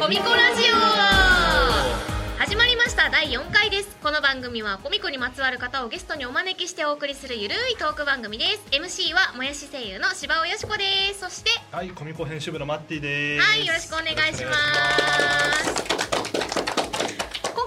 コミコラジオ始まりました第4回ですこの番組はコミコにまつわる方をゲストにお招きしてお送りするゆるいトーク番組です MC はもやし声優の芝尾よしこですそしてはい、コミコ編集部のマッティです。はいよろしくお願いします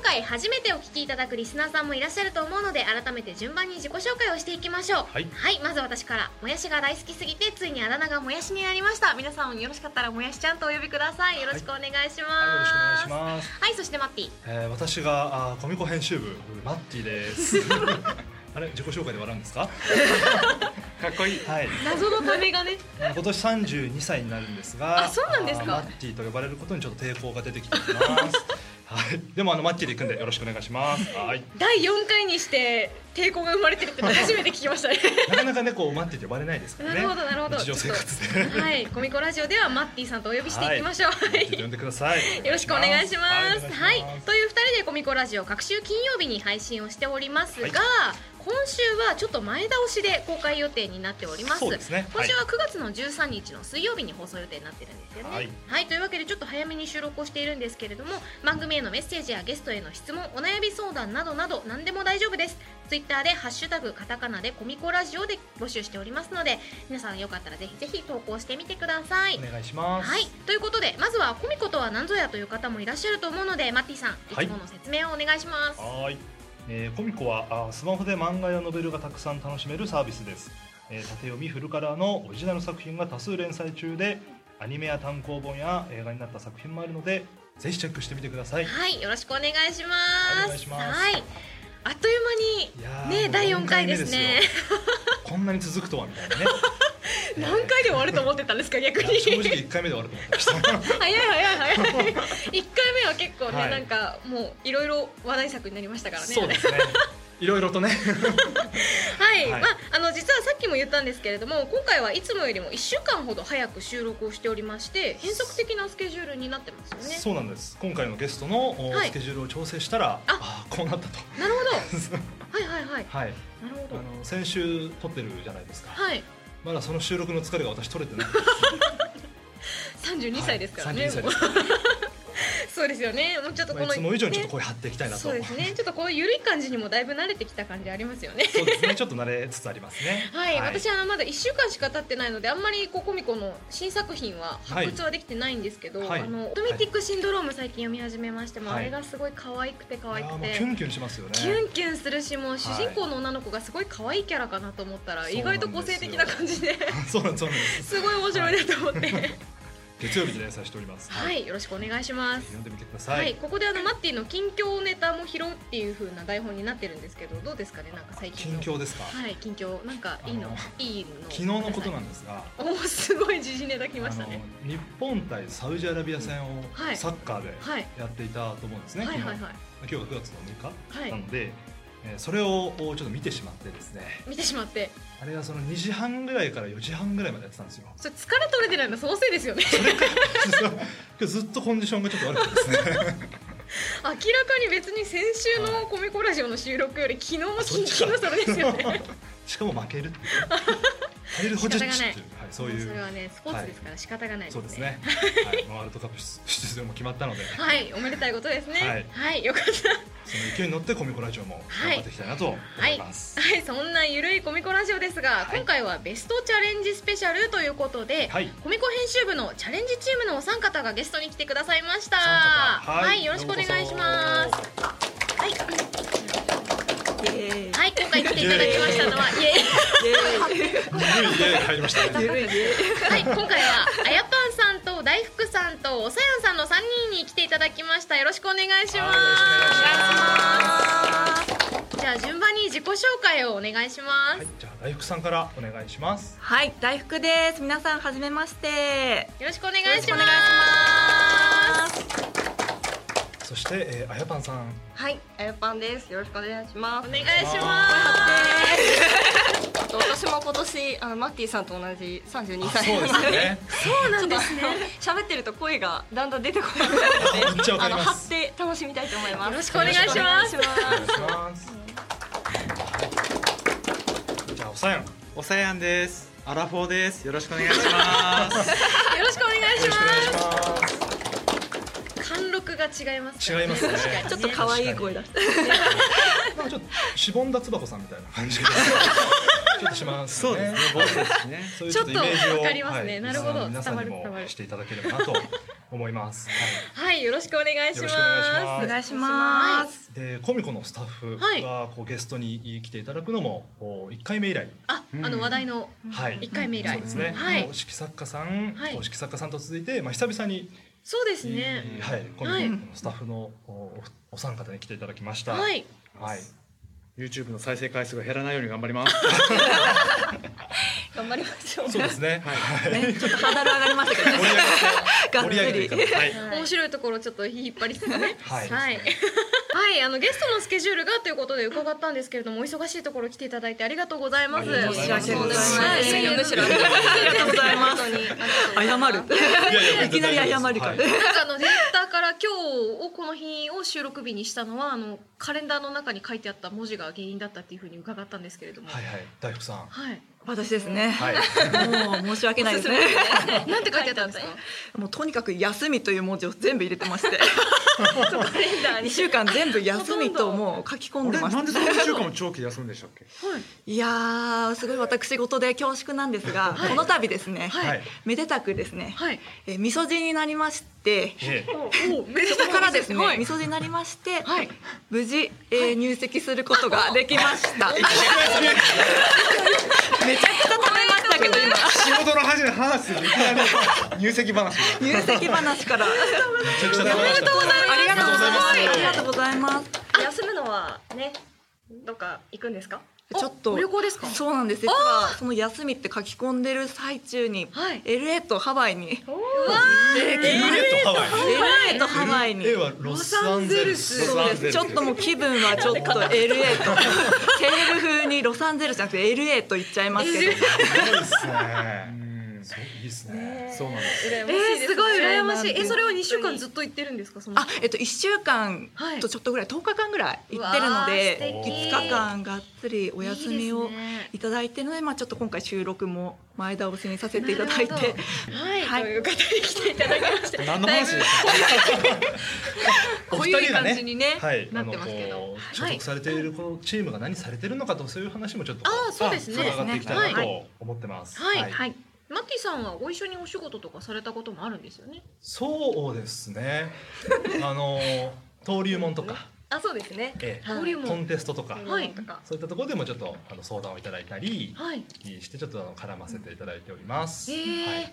今回初めてお聞きいただくリスナーさんもいらっしゃると思うので改めて順番に自己紹介をしていきましょうはいまず私からもやしが大好きすぎてついにあだ名がもやしになりました皆さんよろしかったらもやしちゃんとお呼びくださいよろしくお願いしはい、よろしくお願まいすします。はいそしてマッピーえー、私があーコミコ編集部マッティです。 あれ自己紹介で笑うんですか？かっこいい。はい。謎のためがね今年三十二歳になるんですが、あそうなんですかあーマッティと呼ばれることにちょっと抵抗が出てきて います。はい。でもあのマッティで行くんでよろしくお願いします。はい。第4回にして抵抗が生まれてるって初めて聞きましたねなかなかねこうマッティって呼ばれないですからなね。るほどなるほど日常生活で。 はいコミコラジオではマッティさんとお呼びしていきましょう、マッティと呼んでください。 よろしくお願いします。ははいいお願いしますという2人でコミコラジオ各週金曜日に配信をしておりますが、はい今週はちょっと前倒しで公開予定になっております。そうですね今週は9月の13日の水曜日に放送予定になってるんですよね。ははいい、というわけでちょっと早めに収録をしているんですけれども、番組へのメッセージやゲストへの質問、お悩み相談などなど何でも大丈夫です。ツイッターでハッシュタグカタカナでコミコラジオで募集しておりますので、皆さんよかったらぜひぜひ投稿してみてください。お願いします。はい、ということでまずはコミコとは何ぞやという方もいらっしゃると思うのでマッティさんはいいつもの説明をお願いします、はい、えーコミコはあースマホで漫画やノベルがたくさん楽しめるサービスです、えー縦読みフルカラーのオリジナル作品が多数連載中でアニメや単行本や映画になった作品もあるのでぜひチェックしてみてくださいはいよろしくお願いしおま願いすしますはいあっといういや間にーねもう第4四回回で目すねですよこんなに続くとはみたいなね 何回で終わると思ってたんですか逆いにや正早い直1回目で終わると思って ました早い早い1回 目は結構ね、はいなんかもういろいろ話題作になりましたからねそうですねいろいろとねはい、はいまああの実はさっきも言ったんですけれども今回はいつもよりも1週間ほど早く収録をしておりまして変則的なスケジュールになってますよねそうなんです今回のゲストのおはいスケジュールを調整したら、あーこうなったとなるほどはいはいはい はいなるほあどの先週撮ってるじゃないですか、はいまだその収録の疲れが私取れてない。 32歳ですからね、はい32歳もでうすそう ですよねもうちょっとこまあの、いつも以上にちょっとね声張っていきたいなと。そうですねちょっとこういう緩い感じにもだいぶ慣れてきた感じありますよね。そうですねちょっと慣れつつありますね はい、私はあのまだ1週間しか経ってないのであんまりこうコミコの新作品ははい発掘はできてないんですけど、はいあのオトミティックシンドローム最近読み始めまして、もうはあいれがすごい可愛くて可愛いやーくもうてキュンキュンしますよね。キュンキュンするしもう主人公の女の子がすごい可愛いキャラかなと思ったら、はい意外と個性的な感じで そうなんですそうなんで す。すごい面白いなと思って、月曜日で連載しております。はぜい、よろしくお願いしまひす読んでみてくだはさい、い。ここであのマッティの近況ネタも拾うっていう風な台本になってるんですけどどうですかねなんか最近近の況ですか。はい近況なんかいいあののいいの昨日のことなんですが。おおすごい時事ネタ来ましたねあの日本対サウジアラビア戦をはいサッカーではいやっていたと思うんですはね。いはいはい昨日今日が9月のは6日ないので、えーそれをちょっと見てしまってですね。見てしまってあれはその2時半ぐらいから4時半ぐらいまでやってたん ですよ。それ疲れ取れてないのそのせいです よね今日ずっとコンディションがちょっと悪く てですね明らかに別に先週のコミコラジオの収録より昨日のそ近っち々のかそれですよねしかも負けるっていう食べるほじっちっていう、はい、そう いもうそれうはねスポーツですから仕方がないですそうねですね、はい、ワールドカップ出出場も決まった ので、はいおめでたいことですねはいはい、よかったその勢いに乗ってコミコラジオも頑張っていきたいなと思いますはい、そんなゆるいコミコラジオですが、はい今回はベストチャレンジスペシャルということで、はい、コミコ編集部のチャレンジチームのお三方がゲストに来てくださいました。お三方は、はいいよろしくお願いします。はい、ははい、今回来ていただきましたのは、いえいえ緩いで入りましたねいね。はい、今回はあやぱんさんと大福さんとおさやんさんの三人に来ていただきました。よろしくお願いしまはいよろしす。じゃあ順番に自己紹介をお願いします。はいじゃあ大福さんからお願いしますはい、大福です。皆さん、はじめまして。よろしくお願いします。そして、えー、あやぱんさんはい、あやぱんです。よろしくお願いしまおす。願いししま。私も今年、あの、マッティさんと同じ32あ歳。そうです。ね そうなんですね。喋ってると声がだんだん出てこなくな めっるのちゃわかで、りの、ます張って楽しみたいと思いますよろしくお願いします。よろくお願いしお願いしますじゃあおさやんよおさやんです。アラフォーです。よろしくお願いします。よろしくお願いろししくお願いしますます。完貫禄が違いますから違いますね確かにちょっと可愛い声出してなんかちょっとしぼんだつばこさんみたいな感じがちょっとしますそうよですねね。坊主ですしねそういうちょっとイメージをわかりますねはいなるほど皆さんに伝わる伝わもるしていただければなと思います。はいはいよろしくお願いしますよろしくお願いしますお願いしますでコミコのスタッフがこうゲストに来ていただくのもこう一回目以来、あう、んあの話題のはい、一回目以来そうですね。はい公式作家さん、はい公式作家さんと続いて、まあ久々に、そうですねはい、コミはコいのスタッフのおおお三方に来ていただきました。は、い YouTube の再生回数が減らないように頑張ります頑張りましょうそうですね。はい、ねちょっとハードル上がりましたけどねがっ盛り上げて盛り上げつていりかないと。はい。面白いところちょっと引っ張りつつね はいはいはいあのゲストのスケジュールがということで伺ったんですけれどもお忙しいところ来ていただいてありがとうございますありがとうございますはいいやいやむ しろありががとうございま本す当に謝るいややいきなり謝るかはらいなんかあのディレクターから今日をこの日を収録日にしたのはあのカレンダーの中に書いてあった文字が原因だったっていうふうに伺ったんですけれども、はいはい、大福さん。はい、私ですねはい。もう申し訳ないですね なんて書いてあったんですか？もうとにかく休みという文字を全部入れてましてカレンダー2に。週間全部休みともう書き込ん俺でましなたんで3週間も長期で休むんでしたっけいやーすごい私事で恐縮なんですが、この度ですね、はいはい。めでたくですね、はい。えー、みそ汁になりましてええおお、めでそこからですね、はいみ。そ汁になりまして、はい。無事、えー入籍することができました。めちゃくちゃ食べましたけど仕事の話で話すいきなり入籍話が今入籍話からあめちゃくちゃ食べました。りがとうございます。あありりががとうとうございます。休むのはねどっか行くんですかちょっとお旅行ですか？そうなんです。実はその休みって書き込んでる最中に、はい LA とハワイに、うわルーレットハワイ。 LA とハワイに。 A はロサンゼルス。そうです。ちょっともう気分はちょっと LA とテール風にロサンゼルスじゃなくて LA と言っちゃいますけど。すごいですうね。んそういいですね。そうなんですえー、すごい羨ましい。え、それを二週間っずっと言ってるんですか？そのあ、えっと一週間はいとちょっとぐらい、10日間ぐらい行ってるので、わー素敵5日間がっつりおお休みをいただいてるので、まあちょっと今回収録も前倒しにさせていただいて、なるほどはい、はいという方に来ていただきまして、何の話でしたっお濃二い人が感じね。にね、はい、なってますけどあのこう所属されているこのチームが何されてるのかとそういう話もちょっとあーそうですね伺っていきたいなはと思ってます。はいはいいマッティさんはご一緒にお仕事とかされたこともあるんですよね。そうですね。あの登竜門とか、あそうですねえ登竜え、コ門ンテストとか、はいとかそういったところでもちょっとあの相談をいただいたりはい。してちょっとあの絡ませていただいております。えはーい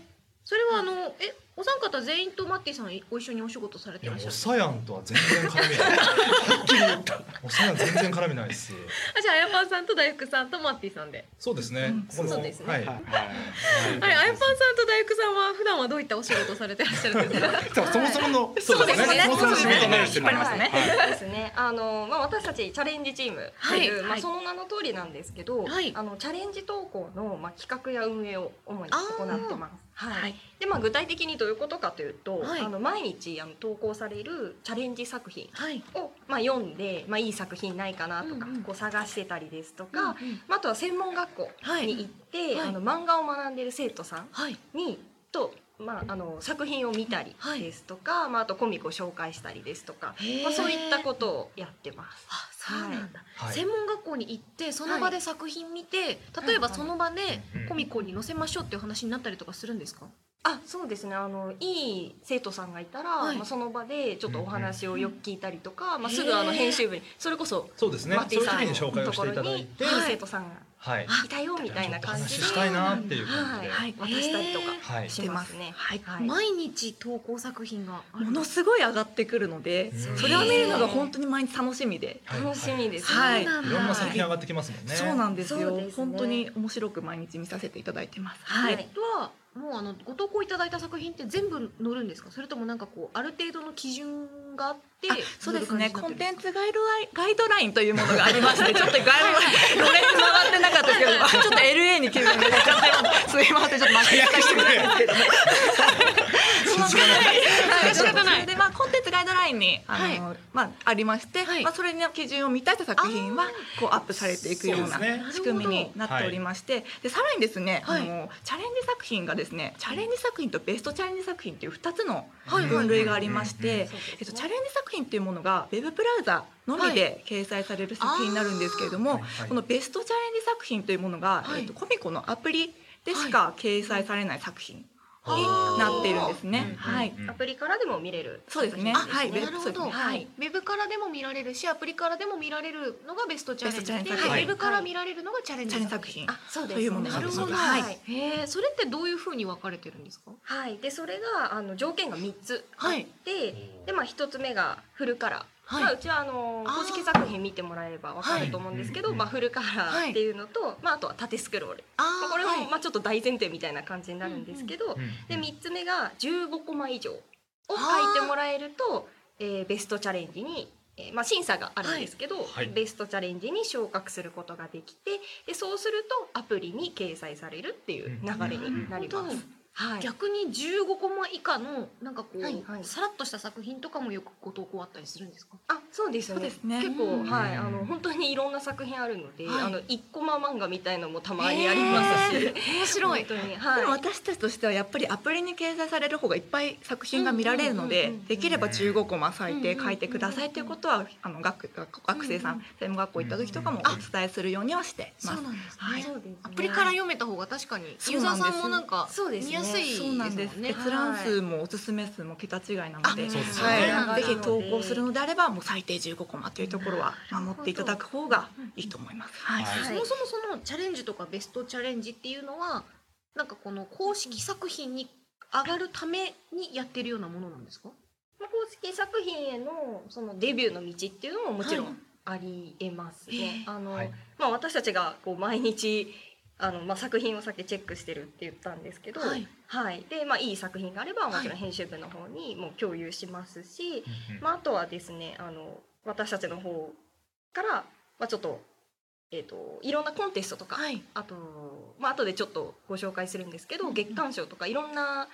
それはあのえお三方全員とマッティさんご一緒にお仕事されいてやらっもしうゃおる。さやんとは全然絡みない。はっきり言った。おさやん全然絡みないです。あじゃああやぱんさんと大福さんとマッティさんで。そうですね。ここのそうですねはい。けははいあれあやぱんさんと大福さんは普段はどういったお仕事されてらっしゃるんです か。でもそもそものそうですねそもそもの仕事内容してるの引っ張りますねはいですねあのまあ私たちチャレンジチームっていう、はいまはあいその名の通りなんですけど、はいあのチャレンジ投稿のまあ企画や運営を主にあ行ーってますはい、はいでまあ具体的にどういうことかというと、はいあの毎日あの投稿されるチャレンジ作品はい。をまあ読んでまあいい作品ないかなとか、うんうんこう探してたりですとか、が、まああとは専門学校に行って、いはいあの漫画を学んでる生徒さんはい。にと、まあ、あの作品を見たりはいですとか、まあ、あとコミックを紹介したりですとか、まあ、そういったことをやってます。あそうなんだ、はい専門学校に行ってその場で作品見て、例えばその場でコミコンに載せましょうっていう話になったりとかするんですか、あそうですねあのいい生徒さんがいたら、はいまあ、その場でちょっとお話をよく聞いたりとか、まあ、へーすぐあの編集部にそれこそそうですねマ。テそうィいう時さに紹ん介のをとしてこいたろだいにて、いい生徒さんがはい。いたよみたいな感じちでょっと話したいなっていう感はじいで。はい、渡したりとかはい。しますね。はいはい毎日投稿作品があるものすごい上がってくるので、うんそれを見るのが本当に毎日楽しみで、はい楽しみですね。はいそうなんだいろんな作品上がってきますもんね。そうなんですよそうですね本当に面白く毎日見させていただいてます。ははいい、はもうあのご投稿いただいた作品って全部載るんですかそれともなんかこうある程度の基準があってあそうですねコンテンツンツガイドラインガイドラインというものがありま してちょっとガイドラインロレス回ってなかったですけど ちょっと LA に気分が出ちゃってすいませんちょっと巻き返してくれさすがだはいそれでまあコンテンツガイドララインにあの、まあ、ありまして、はいまあ、それの基準を満たした作品はこうアップされていくようそなうですね仕組みになっておりまして、でさらにですね、はいあのチャレンジ作品がですねチャレンジ作品とベストチャレンジ作品っていう2つの分類がありまして、えっと、チャレンジ作品っていうものがウェブブラウザのみで掲載される作品になるんですけれども、あーはいはいこのベストチャレンジ作品というものが、はいえっと、コミコのアプリでしか掲載されない作品にあーなっているんですね。はい、アプリからでも見れるそうですね。あはい、なるそうほですど、ねはい。ウェブからでも見られるしアプリからでも見られるのがベストチャレンジでベストチャレンジ作品ウェブから見られるのがチャレンジチャレンジ作品あそうですというものなるほど、はいへえそれってどういうふうに分かれてるんですかはいでそれがあの条件が3つあっはいて、でまあ1つ目がフルカラー、はいまあ、うちはあのあー公式作品見てもらえればわかると思うんですけど、はいまあ、フルカラーっていうのと、まあ、あとは縦スクロールあまあこれも、まあ、ちょっと大前提みたいな感じになるんですけど、でみ3つ目が15コマ以上を書いてもらえると、えーベストチャレンジに、えーまあ、審査があるんですけど、はいベストチャレンジに昇格することができてでそうするとアプリに掲載されるっていう流れになります。はい、逆に15コマ以下のなんかこう、はいはいさらっとした作品とかもよくご投稿あったりするんですかあそうですそうねですね結う構、んはい、あの本当にいろんな作品あるので、はいあの1コマ漫画みたいのもたまにありますし、へー面白い本当に、でもはい、私たちとしてはやっぱりアプリに掲載される方がいっぱい作品が見られるのうんでうんうんうんできれば15コマ最う低んうん書いてくださいということはあの学学学生うさんうん専門学校行った時とかもあお伝えするようにはしてます。なんですねはいそうですねアプリから読めた方が確かにそユーうザなーんですさんもなんかそうですね見やすいですそもうんなんでねす。閲覧数もおすすめ数も桁違いなのであ、そうですよねはい、ぜひ投稿するののであればもう最低15コマというところは守っていただく方がいいと思います。はい。はいそもそもそのチャレンジとかベストチャレンジっていうのはなんかこの公式作品に上がるためにやってるようなものなんですか公式作品へのそのデビューの道っていうのももちろんありえますね。あの、はいまあ私たちがこう毎日あのまあ作品をさっきチェックしてるって言ったんですけど、ははいい、でまあいい作品があればもちはろん編集部の方にもう共有しますし、まああとはですねあの私たちの方からまあちょっとえっ、といろんなコンテストとか、はいあとまあ後でちょっとご紹介するんですけど、うんうん月間賞とかいろんな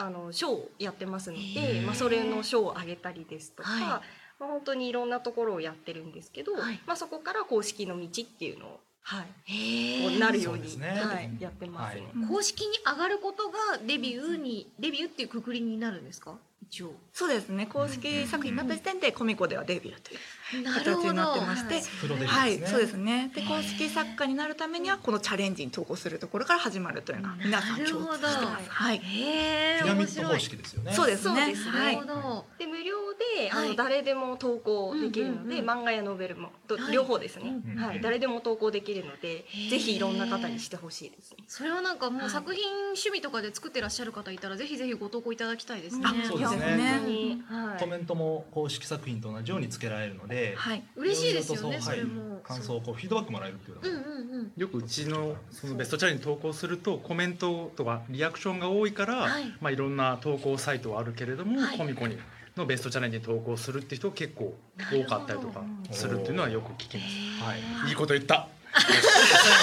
あの賞をやってますのへでー、まあそれの賞をあげたりですとか、はいまあ本当にいろんなところをやってるんですけど、はいまあそこから公式の道っていうのをはい、へこうなるようそうでにすねはいうんやってますね。はいうん公式に上がることがデビューにデビューっていうくくりになるんですか一応そうですね。公式作品になった時点でコミコではデビューというな形になってまして、プロデビュはーい、ですね。そうですね。で、へー公式作家になるためには、このチャレンジに投稿するところから始まるというのは、皆さん共な通してるまほす。はい。へえピラミッド面方白い式ですよね。そうですそうですね、はいなるほどで無料であはいの誰でも投稿できるので、うんうんうん漫画やノベルもどはい両方ですね、うんうんはい、誰でも投稿できるのでーぜひいろんな方にしてほしいですね。それはなんかもはうい作品趣味とかで作ってらっしゃる方いたらぜひぜひご投稿いただきたいですねあそうですねいや本当ににはいコメントも公式作品と同じようにつけられるので、はい。嬉しいですろよろねとそはいれも感想をこうフィードバックもらえるっていうのうんもうんうんよくうちのそのベストチャレンジ投稿するとコメントとかリアクションが多いから、はいいまあ、いろんな投稿サイトはあるけれども、はいコミコにのベストチャレンジに投稿するって人結構多かったりとかするっていうのはよく聞きます。はい。いいこと言った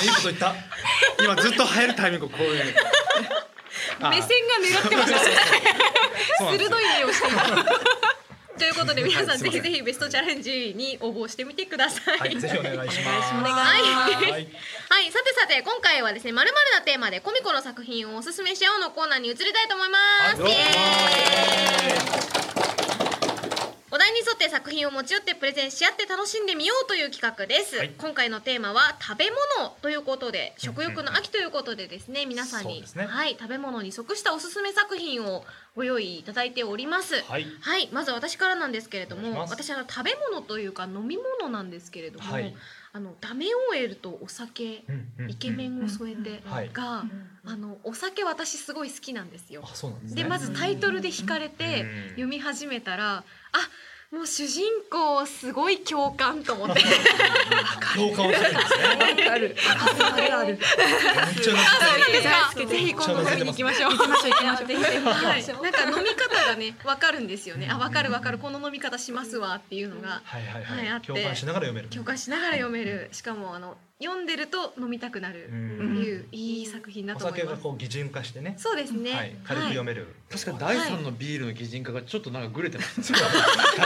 いいこと言った。今ずっと流行るタイミングこういうあ目線が狙ってましたそうなんですよ 鋭い目をしていたということで皆さはんいぜひぜすいひベストチャレンジに応募してみてください。 はい、ぜひお願いします。お願はいい。ははい。い、さてさて今回はですねまるなテーマでコミコの作品をおすすめしようのコーナーに移りたいと思います。はいイエーイお題に沿って作品を持ち寄ってプレゼンし合って楽しんでみようという企画です、はい今回のテーマは食べ物ということで食欲の秋ということでですね皆さんそうに、ですねはい、食べ物に即したおすすめ作品をご用意いただいております、はい。はい、まず私からなんですけれどおも、願いします私あの食べ物というか飲み物なんですけれども、はいあのダメ OL とお酒、うんうんうんイケメ。ンを添えてうんはいが、あのお酒私すごい好きなんですよあ、。そうなんですね。でまずタイトルで惹かれてうん読み始めたら、あ、もう主人公すごい共感と 思って、共感をするんですね。ある。あるある。めっちゃなんか好きぜひ今度飲みに行きましょう。行きましょう行きましょう。はい、なんか飲み方がねわかるんですよね。あ、わかるわかるこの飲み方しますわっていうのが。はいはいはいあはっい。て共感しながら読める。共感しながら読めるしかもあの読んでると飲みたくなうるうんとんいういい作品だおと思い酒まがす。こう擬人化してね、そうですね。はい、軽く読める、確かに第三のビールの擬人化がちょっとなんかグレてましたね。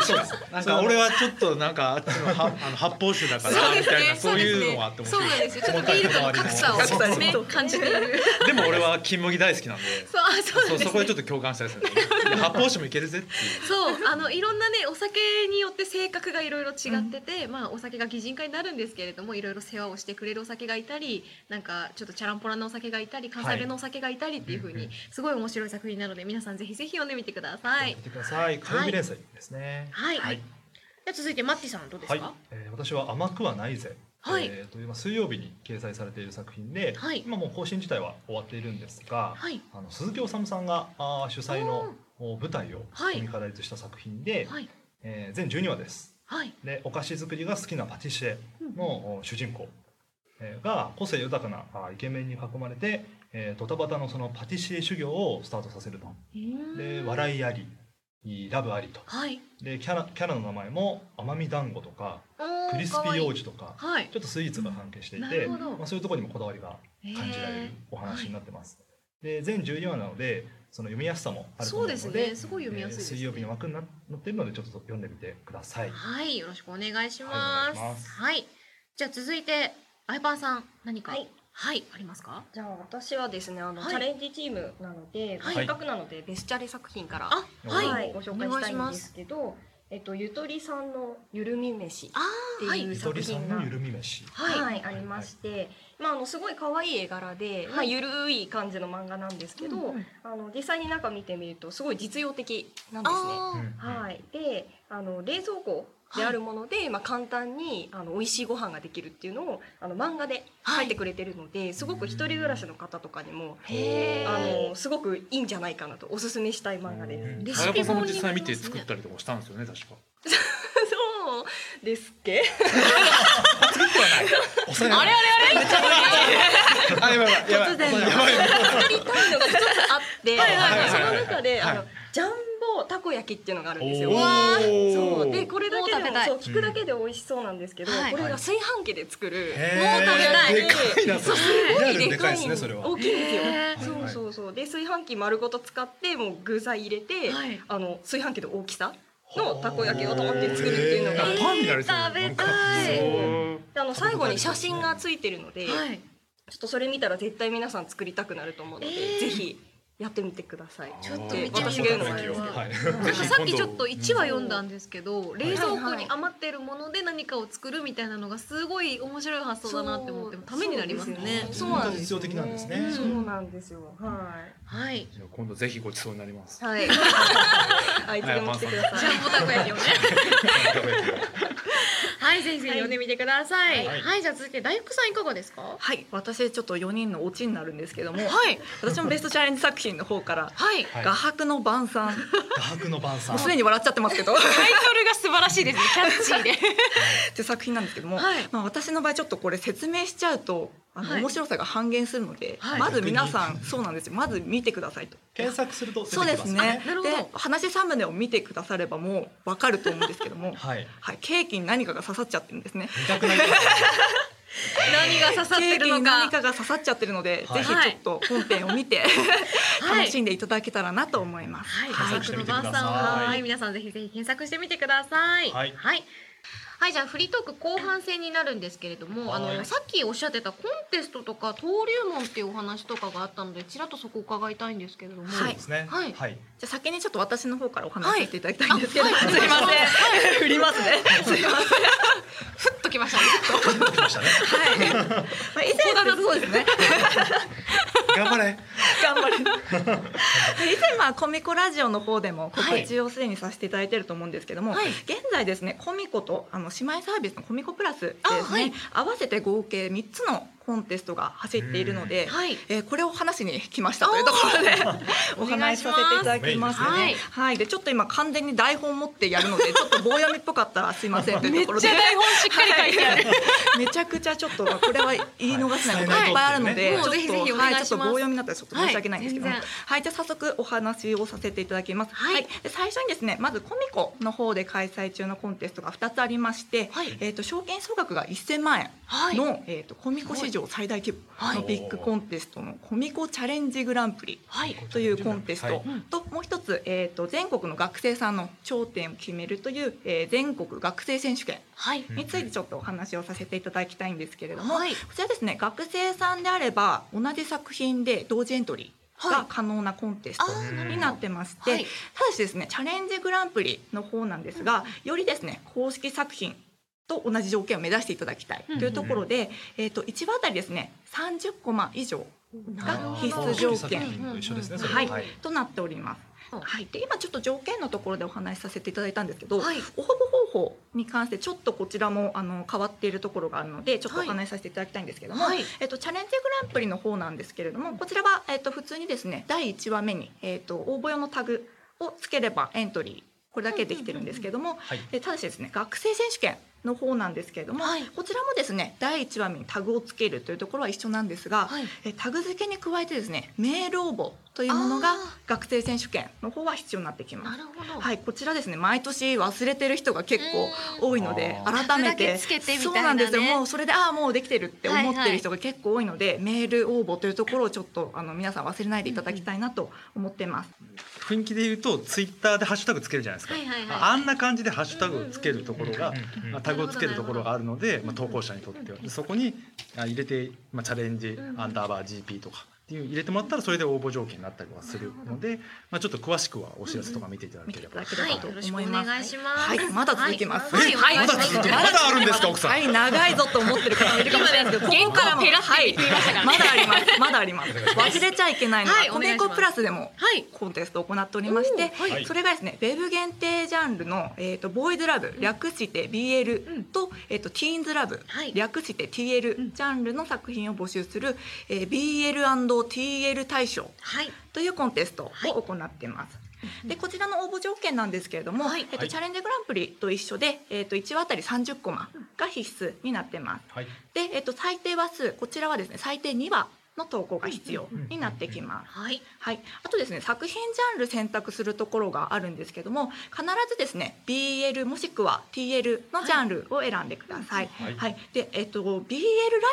そうですなんか俺 はちょっとなんかあっちのはあの発泡酒だからみたいなそういうのがあって面そう白い。なんですよ。ちょっとビールとの格差格差をにね感じている。でも俺は金麦大好きなんで。そうあそうなんそうです、ね。そこでちょっと共感したりするんですよね。いや発泡酒もいけるぜっていう。そうあのいろんなねお酒によって性格がいろいろ違ってて、まあお酒が擬人化になるんですけれどもいろいろ世話をしてくれるお酒がいたりなんかちょっとチャランポランなお酒がいたり関西弁のお酒がいたりっていう風に、うんうんすごい面白い作品なので皆さんぜひぜひ読んでみてください見。てください。軽い連載ですね。はいはい。じゃあ続いてマッティさんどうですはいか？えー私は甘くはないぜ。はいえーと今水曜日に掲載されている作品で、はい今もう更新自体は終わっているんですが、はいあの鈴木おさむさんがあー主催のお舞台をはいコミカライズした作品で、はいえー全12話です。はいでお菓子作りが好きなパティシエのお主人公えーが個性豊かなあーイケメンに囲まれて、えードタバタのそのパティシエ修行をスタートさせると。で笑いありいいラブありと。はいでキャラキャラの名前も甘み団子とかおークリスかわピいい幼児とかはいちょっとスイーツが関係していなて、るまほどあ、そういうところにもこだわりが感じられるお話になってます。で全12話なのでその読みやすさもあるとそ思ううのでですねすごい読みやすいです、ねえー水曜日の枠にな載ってるのでちょっと読んでみてください。はい、よろしくお願いします。はいお願いしまはい、すじゃあ続いてアイパンさん何かははいい、ありますか？じゃあ私はですねあの、はいチャレンジチームなので、はいせっかくなのでベスチャレ作品から、あ、は、はいいあご紹介したいんですけどえっと、ゆとりさんの「ゆるみ飯」っーはていい、うゆと作りさん品のがゆるみ飯。はい、はい、ありまして、まあ、あのすごい可愛い絵柄で、まあ、ゆるい感じの漫画なんですけど、うんうんあの実際に中見てみるとすごい実用的なんですね。あうんはい、であの冷蔵庫であるもので、まあ、簡単にあの美味しいご飯ができるっていうのをあの漫画で書いてくれてるので、すごく一人暮らしの方とかにもー、へあーのすごくいいんじゃないかなとおすすめしたい漫画です。うんレ田シピ中さ本んもに実な際り見ますねて作ったりとかもしたんですよね確か。 そうですっけ作ってはない。おさあれああやばいやばいやばい。突然のやばいやばい作りたいのが一つあって、はいはいはいその中で、はいあのジャンボたこ焼きっていうのがあるんですよ。ーそうでこれだけでもう食べもたいそう聞くだけで美味しそうなんですけど、はいこれが炊飯器で作る、へーもう食べたいでかいなそれ。すリごアいルででかいかいですねそれは。大きいんですよ。へーそうそうそうで炊飯器丸ごと使ってもう具材入れて、はいあの炊飯器の大きさのたこ焼きをドーンって作るっていうのがへーパンになりそう。食べたいそうであの最後に写真がついてるので、はい、ちょっとそれ見たら絶対皆さん作りたくなると思うので、えーぜひやってみてください。ちょっとで見てみよう私が言うのもあこれれですけどは。い。なんかさっきちょっと1話読んだんですけど、冷蔵庫はいはにい余ってるもので何かを作るみたいなのがすごい面白い発想だなって思ってためになりますね。そう本な当んにです実用的なんですね。うんそうなんですよ。ははい、じゃあ今度ぜひごちそうになりま い。。すはい。あいつでも来てくだジさい。ャンボたこ焼きをね。はい、先生読んでみてください。は、はいいじゃあ続いて大福さんいかがですか？ はい私ちょっと4人のオチになるんですけどもはい、私もベストチャレンジ作品の方からはい。 「はい画伯の晩餐」画伯の晩も餐。うすでに笑っちゃってますけどっタイトルが素晴らしいですね。キャッチーで。ていう作品なんですけども、はいまあ、私の場合ちょっとこれ説明しちゃうとあの、はい面白さが半減するので、はいまず皆さんそうなんですよまず見てくださいと。検索すると出てきそまうすね。ですねあなるほどで話サムネを見てくださればもう分かると思うんですけども、はい。はい、ケーキに何かが刺さっちゃってるんですね。見たくない。何が刺さってるのケーキに何か。かが刺さっちゃってるので、はいぜひちょっと本編を 見て、は楽しい。んでいただけたらなと思います。はい、検画索し伯てのみてくだ晩ささいんは、はい、皆さんぜひぜひ検索してみてください。はいはい。はいじゃあフリートーク後半戦になるんですけれども、あはいのさっきおっしゃってたコンテストとか登竜門っていうお話とかがあったので、ちらっとそこ伺いたいんですけれども、そうですね。はいはい。じゃあ先にちょっと私の方からお話ししていただきたいんですけど、はいあはいすいません、振りますね。すいません。ふっとき ましたね。出てきましたね。はい。 まあ以前そうですね。頑張れ。頑張れ。 以前まあコミコラジオの方でも告知をすでにさせていただいてると思うんですけども、はい現在ですねコミコとあの姉妹サービスのコミコプラスですね、あはい合わせて合計3つのコンテストが走っているので、はい。えーこれを話しに来ましたというところで お話しさせていただきますね。お願はいいし、でちょっと今完全に台本持ってやるのでちょっと棒読みっぽかったらすいませんというところで。本しっはいめちゃくちゃちょっとまあこれは言い逃せないことがいっぱいあるので、はいちょっはいともうぜひぜひお願はいいしちますょっと棒読みになったらちょっと申し訳ないんですけども、ははいい、じゃあ早速お話をさせていただきます。はいで最初にですね、まずコミコの方で開催中のコンテストが2つありまして、はいえっ、と賞金総額が1000万円。はい。の、えー、とコミコ史上最大規模のビッグコンテストのコミコチャレンジグランプリはい。というコンテスはいトともう一つ、えー、と全国の学生さんの頂点を決めるという、えー全国学生選手権はい。うんについてちょっとお話をさせていただきたいんですけれども、はいこちらですね学生さんであれば同じ作品で同時エントリーはいが可能なコンテストあーなるほどになってまして、はいただしですねチャレンジグランプリの方なんですがよりですね公式作品と同じ条件を目指していただきたいというところで、えー、と1話あたりですね30コマ以上が必須条件と一緒ですね。それはいはい。となっております。うんはい、で今ちょっと条件のところでお話しさせていただいたんですけど、はい応募方法に関してちょっとこちらもあの変わっているところがあるのでちょっとお話しさせていただきたいんですけども、はいえっと、チャレンジグランプリの方なんですけれどもこちらは、えっと、普通にですね第1話目に、えっと、応募用のタグをつければエントリーこれだけできてるんですけども、はいえただしですね学生選手権の方なんですけれども、はいこちらもですね第1話目にタグをつけるというところは一緒なんですが、はい。えタグ付けに加えてですねメール応募というものあがー学生選手権の方は必要になってきまなす。るほど。。はいい、こちらですね毎年忘れてる人が結構多いのでうんあー改めタグだけてつけてみたいなねそうなんですよもうそれでああもうできてるって思ってる人が結構多いので、メール応募というところをちょっとあの皆さん忘れないでいただきたいなと思ってます。雰囲気で言うとツイッターでハッシュタグつけるじゃないですか、はいはいはいあんな感じでハッシュタグをつけるところが、うんまあ、タグをつけるところがあるので、なまあ、るほど投稿者にとってはでそこにあ入れて、まあ、チャレンジうんアンダーバー GP とかっていう入れてもらったらそれで応募条件になったりはするので、まあ、ちょっと詳しくはお知らせとか見ていただ見けていれただばけれはばい。とよろしくお思います。願いします。はいまだ続きますはい。はいまだ続いてるまだあるんですか奥さんはい、長いぞと思ってる方もいるかもしれないですけど、ここからもはい、まだあります、まだあります。忘れちゃいけないのはいは、おコ願いメしますコプラスでもはい。コンテストを行っておりまして、おーはいそれがですね、ウェブ限定ジャンルの、えー、とボーイズラブ、略して BL と,、えー、とティーンズラブ、はい略して TL ジャンルの作品を募集する、えー、BL&TL 大賞はい。というコンテストを行ってます。でこちらの応募条件なんですけれども、はいえっはといチャレンジグランプリと一緒で、えっと1話あたり30コマが必須になってます。はい。で、えっと最低話数こちらはですね最低2話の投稿が必要になってきます。はい。はい、あとですね作品ジャンル選択するところがあるんですけども必ずですね BL もしくは TL のジャンルを選んでください。ははいいで、えっと、BL ライ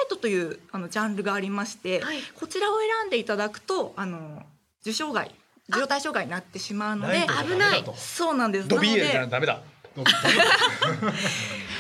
トというあのジャンルがありまして、はいこちらを選んでいただくとあの受賞外受賞対象外になってしまうのライでトが危ないダメだとそうなんですドビーエルじゃないなのでとダメだ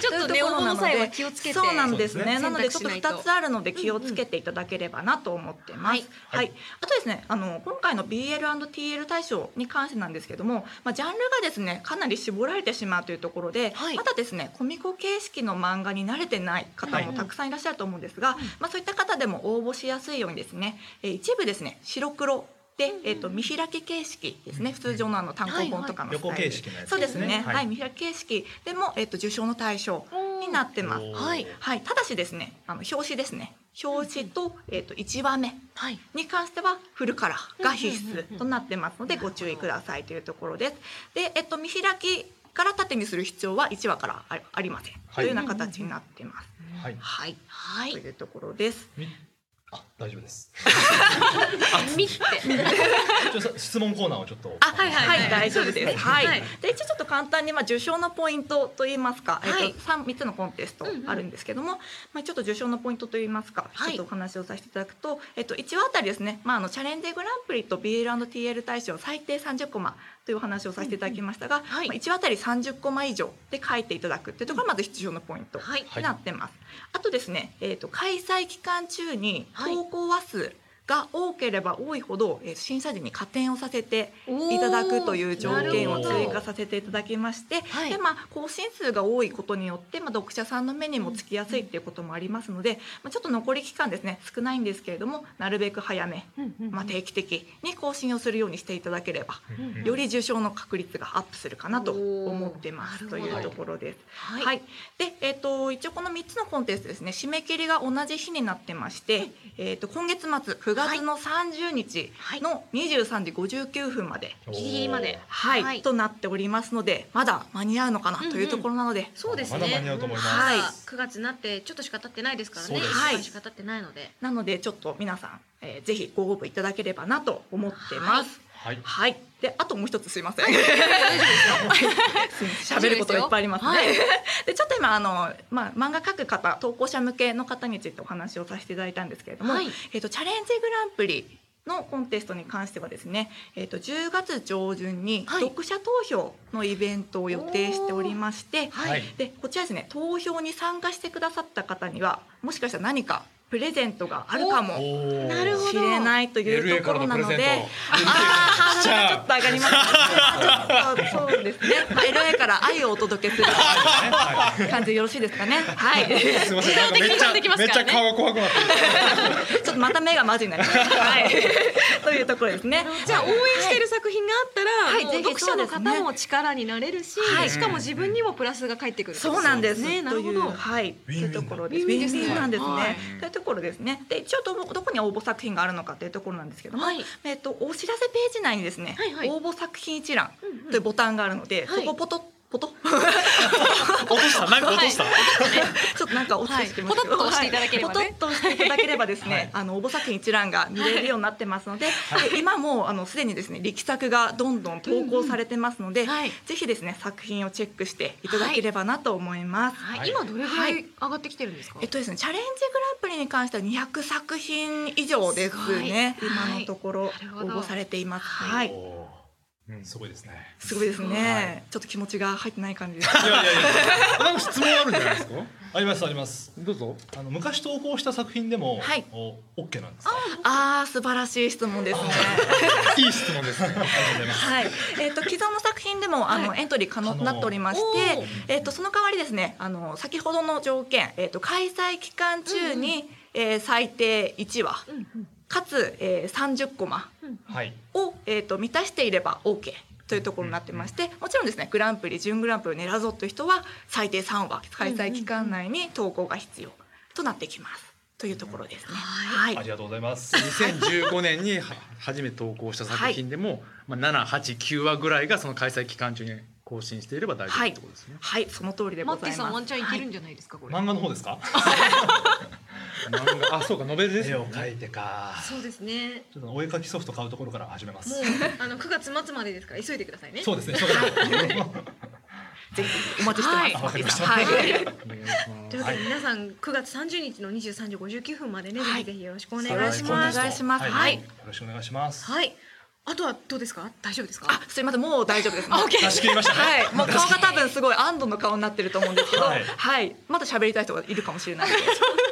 ちょっとね、応募の際は気をつけて。そうなんですそうでねすねなのでちょっと選択しないと2つあるので気をつけていただければなと思ってます、はいはいあとですねあの今回の BL&TL 大賞に関してなんですけども、まあ、ジャンルがですねかなり絞られてしまうというところで、はいまだですねコミコ形式の漫画に慣れてない方もたくさんいらっしゃると思うんですが、まあ、そういった方でも応募しやすいようにですね、えー一部ですね白黒で、えー、と見開き形式ですね、普通常のあの単行本とかのスタイルで、はいはい横形式のやつですねそうですね、ははいい見開き形式でも、えー、と受賞の対象になってます。はい。はい、ただしですね、あの表紙ですね。表紙と、えっ、と、一話目はい。に関しては、フルカラーが必須となってますので、ご注意くださいというところです。で、えっ、と、見開きから縦にする必要は一話からあありません。はいというような形になってます。はい。はい、はとい。いうところです。みあ、大丈夫です。見て。ちょっと質問コーナーをちょっと。あはいはいはい、大丈夫そうですねです。はい。はいで、一応ちょっと簡単に、まあ、受賞のポイントといいますか、はえいっと、三、三つのコンテストあるんですけども。まあ、ちょっと受賞のポイントといいますか、はいちょっとお話をさせていただくと、えっと、一話あたりですね。まあ、あの、チャレンジグランプリと B. L. T. L. 大賞最低30コマ。というお話をさせていただきましたが、はいまあ一話あたり30コマ以上で書いていただくっていうところがまず必要のポイントはいになってます。あとですね、えっ、と開催期間中にはい投稿話数が多ければ多いほど、えー審査時に加点をさせていただくという条件を追加させていただきまして、はいでまあ、更新数が多いことによって、まあ、読者さんの目にもつきやすいっていうこともありますので、まあ、ちょっと残り期間ですね少ないんですけれどもなるべく早め、まあ、定期的に更新をするようにしていただければより受賞の確率がアップするかなと思ってますおーとなるいほどうところです。ははいい、で、えっ、と一応この三つのコンテストですね、締め切りが同じ日になってまして、えっ、と今月末9月の30日の23時59分まで。ギリギリまではい、はいとなっておりますので、まだ間に合うのかなうんうんというところなので、そうですね。まだ間に合うと思いますはいはい。 9月になってちょっとしか経ってないですからね。そうです1週間しか経ってないので。なのでちょっと皆さん、えーぜひご応募いただければなと思ってます。はいはい、であともう一つ すいません。喋ることがいっぱいありますね。はい でちょっと今あの、まあ、漫画描く方投稿者向けの方についてお話をさせていただいたんですけれども、はいえっとチャレンジグランプリのコンテストに関してはですね、えっと10月上旬にはい読者投票のイベントを予定しておりまして、はい。でこちらですね投票に参加してくださった方にはもしかしたら何かプレゼントがあるかもおなるほどしれないという LA とかこらろのなプレゼのンでト。あー、ハードルがちょっと上がります。ちょっとそうですね。まあ、LA から愛をお届けする感じでよろしいですかね。はい。すみません。なんかめっ的にちゃ飛んできますめかっらちねゃ顔が怖くなってる。ちょっとまた目がまずになり ました。はい。 というところですね。じゃあ応援している作品があったら、はいもうぜひ読者のそうです方ねも力になれるし、はいしかも自分にもプラスが返ってくるそうなんです。ねなるほというどはい。というところです。ウィンウィンですねウィンウィンなんですね。はいというところですね。で、一応どどこに応募作品があるのかというところなんですけども、はいえっとお知らせページ内にですね、はいはい応募作品一覧というボタンがあるので、はいそこポトポト落としたなんか落とした。 ちょっとなんか落ちてきてますけはど、いポトッと押していただければねはいポトッとしていただければですね、あの応募作品一覧が見れるようになってますので、で今もうあのすでにですね力作がどんどん投稿されてますので、はいぜひですね作品をチェックしていただければなと思います。はい。今どれぐらい上がってきてるんですかえっ。とですね、チャレンジグランプリに関しては200作品以上ですね。すごい今のところ応いなるほど募されています。はい、おーうんすごいですね。すごいですね。ちょっと気持ちが入ってない感じです。いやいやいや。なんか質問あるんじゃないですか。ありますあります。どうぞ。あの昔投稿した作品でも、はいおオッケーなんですか。 ああ、素晴らしい質問ですね。いい質問ですね。 はい、えっ、と既存の作品でもあの、エントリー可能可と能なっておりましおーて、えっ、とその代わりですね、あの先ほどの条件、えっ、と開催期間中に、えー最低1話、かつ、えー、30コマはい。をえっ、と満たしていれば OK。というところになってまして、もちろんですね、グランプリ、準グランプリを狙うぞという人は最低3話開催期間内に投稿が必要となってきます。というところですね。はいありがとうございます。 2015年には初めて投稿した作品でも、まあ789話ぐらいがその開催期間中に更新していれば大丈夫ってことですね。はい、その通りでマごッざティいさんワまンす。チャンいけるんじゃないですかこれ、漫画の方ですか。漫画あそうかノベルです絵よを描いてか。そうですねちょっとお絵描きソフト買うところから始めますもう。あの9月末までですから急いでくださいねそうですね。そうですねぜひお待ちしてます。あわかりました。はい。お願いしとまいうすことで、はい皆さん9月30日の23時59分までね、はいぜひぜひよろしくお願いしよろしくお願います。しますははいよろしくお願いします。はい。あとはどうですか？大丈夫ですか？あ、すみません、もう大丈夫です。あ OK 出し切りましたね。はい、もう顔が多分すごい安堵の顔になってると思うんですけど、ははいい、まだ喋りたい人がいるかもしれないので。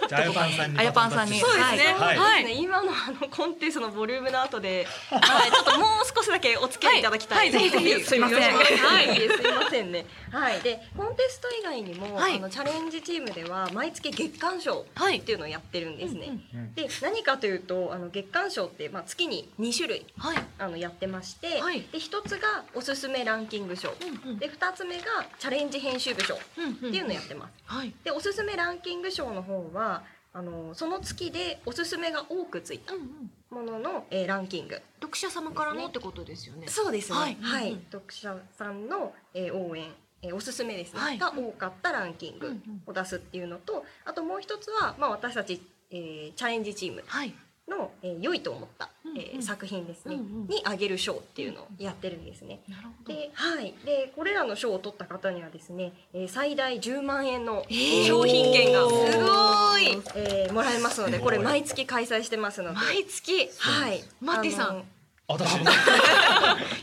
じゃああやぱんさんに。あやぱんさんにそうですね。ははいい。今のあのコンテストのボリュームの後で、はい、ちょっともう少しだけお付き合いいただきたい。はいはいぜひぜひすいませんよろしくお願いしますいいですいませんね。はい。で、コンテスト以外にも、はいあのチャレンジチームでは毎月月間賞はいっていうのをやってるんですね。うんうんで、何かというと、あの月間賞ってまあ月に2種類はい。あのやってまして、はいで一つがおすすめランキング賞、うんうんで二つ目がチャレンジ編集部賞っうんうん。ていうのをやってます。はい。でおすすめランキング賞の方はあのその月でおすすめが多くついたうんうん。ものの、えーランキング読者様からのってことですよね。そうですねはい、はいうんうん読者さんの、えー応援、えーおすすめですね、はいが多かったランキングを出すっていうのと、あともう一つは、まあ、私たち、えーチャレンジチームはい。の、えー良いと思った、うんうんえー作品ですね、うんうんにあげる賞っていうのをやってるんですね。なるほど。で、はい、で、これらの賞を取った方にはですね、えー最大10万円のー商品券が、すごいえーもらえますのすで、ごいこれ毎月開催してますので。毎月はい、マーティさんあの私も。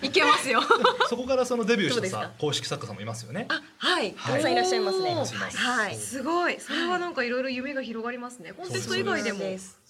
いいけますよ。そこからそのデビューしどうたですさか公式作家さんもいますよね。はい、はいたくさんいらっしゃいますね。おいますはい、すごい。それはなんかいろいろ夢が広がりますね。コンテスト以外でも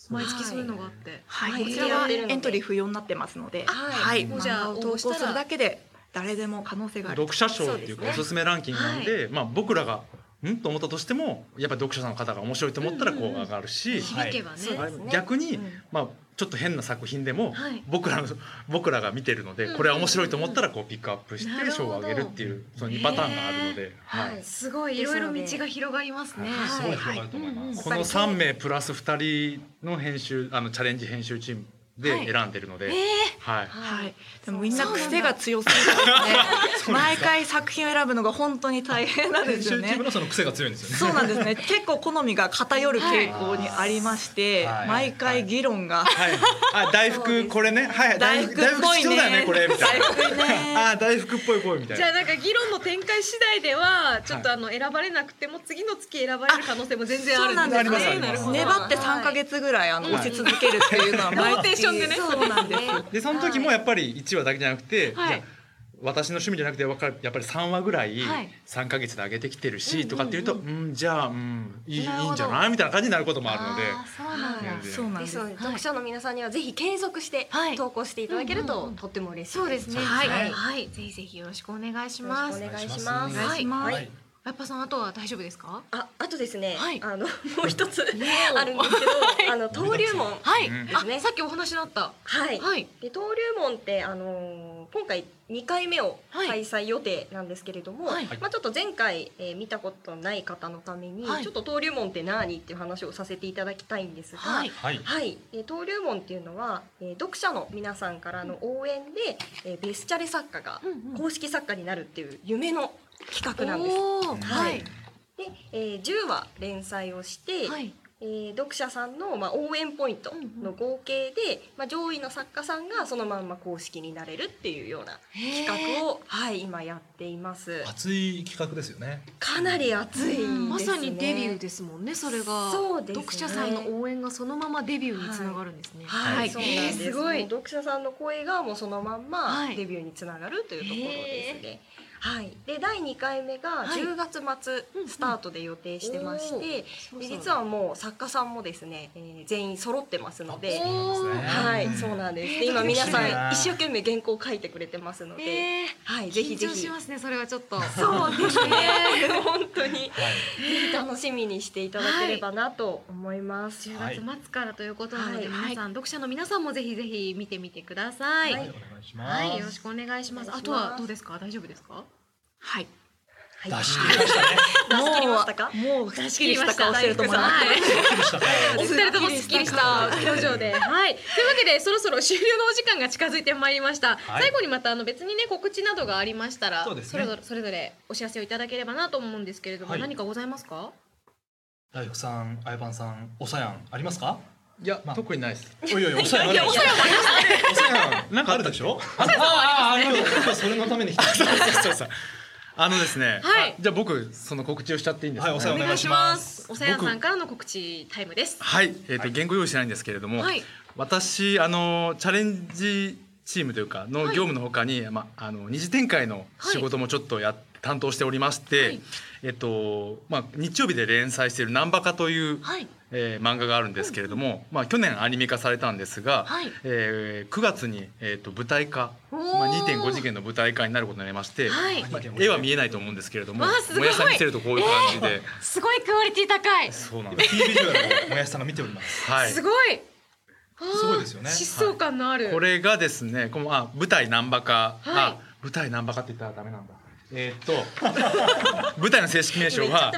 毎月そういうのがあって。はこい、こちちららははエントリー不要になってますので、ははいい、ももううじじゃゃああ投稿するだけで誰でも可能性がある。読者賞っていそうでうすかねおすすめランキングなのでまあ、僕らがんと思ったとしてもやっぱり読者の方が面白いと思ったらこう上がるし、はい響けばね。はい逆に、まあ、ちょっと変な作品でも、僕らの僕らが見てるのでこれは面白いと思ったらこうピックアップしなるてほ賞どをあげるっていうその2パターンがあるので、はいすごいいろいろ道が広がりますね。すごい広がると思います。この3名プラス2人の編集あのチャレンジ編集チームはいで選んでるので、はいはい、でもみんな癖が強すぎてですね。毎回作品を選ぶのが本当に大変なんで編すよ 集チーねム。のその癖が強いんですよね。そうなんですね。結構好みが偏る傾向にありまして、はい毎回議論が。はい、あ大福これねはい大福っぽい必要だよね。ねこれみたいな。大福 ね。あー大福っぽいぽいみたいじゃあな。なんか議論の展開次第ではちょっとあの選ばれなくても次の月選ばれる可能性も全然あ そうるなんでですすね。ね。なるほど粘って三ヶ月ぐらいあの押し続けるっていうのは毎ローテーションでね そうなんです。でその時もやっぱり1話だけじゃなくて、はいじゃあ私の趣味じゃなくてわかるやっぱり3話ぐらいはい3か月で上げてきてるし、とかっていうと、うん、じゃあ、うん、いいいいなるほどんじゃないみたいな感じになることもあるので。あーそうなんだ全然そうなんでですす。ので読者の皆さんにはぜひ継続してはい投稿していただけるうんうんとうんとっても嬉しいそうですね。はい、そうですねはい、ぜひぜひよろしくお願いしよろしくます。お願いしおま願すいしますははいいはい。ラッパさん、あとは大丈夫ですか。あ、あとですね、はいあの、も う一つ あるんですけど、あの、登竜門。はい、うんあ、さっきお話のあった。はい。はい、で、登竜門って、あのー今回2回目を開催予定なんですけれども、はいまあちょっと前回、えー見たことない方のために、はいちょっと登竜門って何っていう話をさせていただきたいんですが、はい、はい。はい、えー登竜門っていうのは、えー読者の皆さんからの応援で、えーベスチャレ作家がうんうん公式作家になるっていう夢の企画なんです。おーははいい、で、えー10話連載をして、はい、えー読者さんの、まあ、応援ポイントの合計で、まあ、上位の作家さんがそのまんま公式になれるっていうような企画を、はい、今やっています。熱い企画ですよね。かなり熱いですね。まさにデビューですもんね、それが。そうですね読者さんの応援がそのままデビューにつながるんですね。はい、はいそうなんです。えーすごいもう読者さんの声がもうそのまんまはいデビューにつながるというところですね。はい。で第2回目がはい10月末スタートで予定してまして、おーで実はもう作家さんもですね、えー全員揃ってますので。そうなんですねはい、うんそうなんです。えーで今皆さ楽しみだんな一生懸命原稿を書いてくれてますので、えー、はい、ぜひ緊ぜ張しひ。ますね、それはちょっと。そうです ね。 本当に、ぜひ楽しみにしていただければなと思います。 10はい月末からということなので、はい皆さん、読者の皆さんもぜひぜひ見てみてください。ははいい、お願いします。よろしくお願いします。お願いしますあとはどうですか、大丈夫ですか。はい。出し切りましたね。出し切りましたかもうもうすっきりした顔してると思います。はいおお二二人人ととももすすっきっきりりししたた表情で、はい。というわけでそろそろ終了のお時間が近づいてまいりました。はい最後にまたあの別にね告知などがありましたら、そうですれねぞれそれぞれお知らせをいただければなと思うんですけれども、はい何かございますか？大福さん、あやばんさん、おさやんありますか？いや、まあ特にないです。 おいおいおさやんあるでしょ。おさなんかああっるたでしょ。あーあーあーあり今日それのために来た。そうそうそうそう。あのですね。はいあじゃあ僕その告知をしちゃっていいんですか、はいおさやんお願いします。おさやんさんからの告知タイムです。はい、えっ、と、言語用意してないんですけれども、はい私あのチャレンジチームというかの業務のほかに、まあの二次展開の仕事もちょっとやっ担当しておりまして、いえっとまあ日曜日で連載しているナンバカという、はいえー漫画があるんですけれども、まあ去年アニメ化されたんですが、はいえー9月にえっ、と舞台化、おまーあ2.5次元の舞台化になることになりまして、はい。まあ絵は見えないと思うんですけれども、わあすごいもやさん見せるとこういう感じで、すごいクオリティ高い。そうなん今です。キービジュアルをもやしさんが見ております。はい。すごい。すごいですよねあー疾走感のある。これがですね、このあ舞台ナンバカ、はいあ舞台ナンバカって言ったらダメなんだ。えーっと 舞台の正式名称は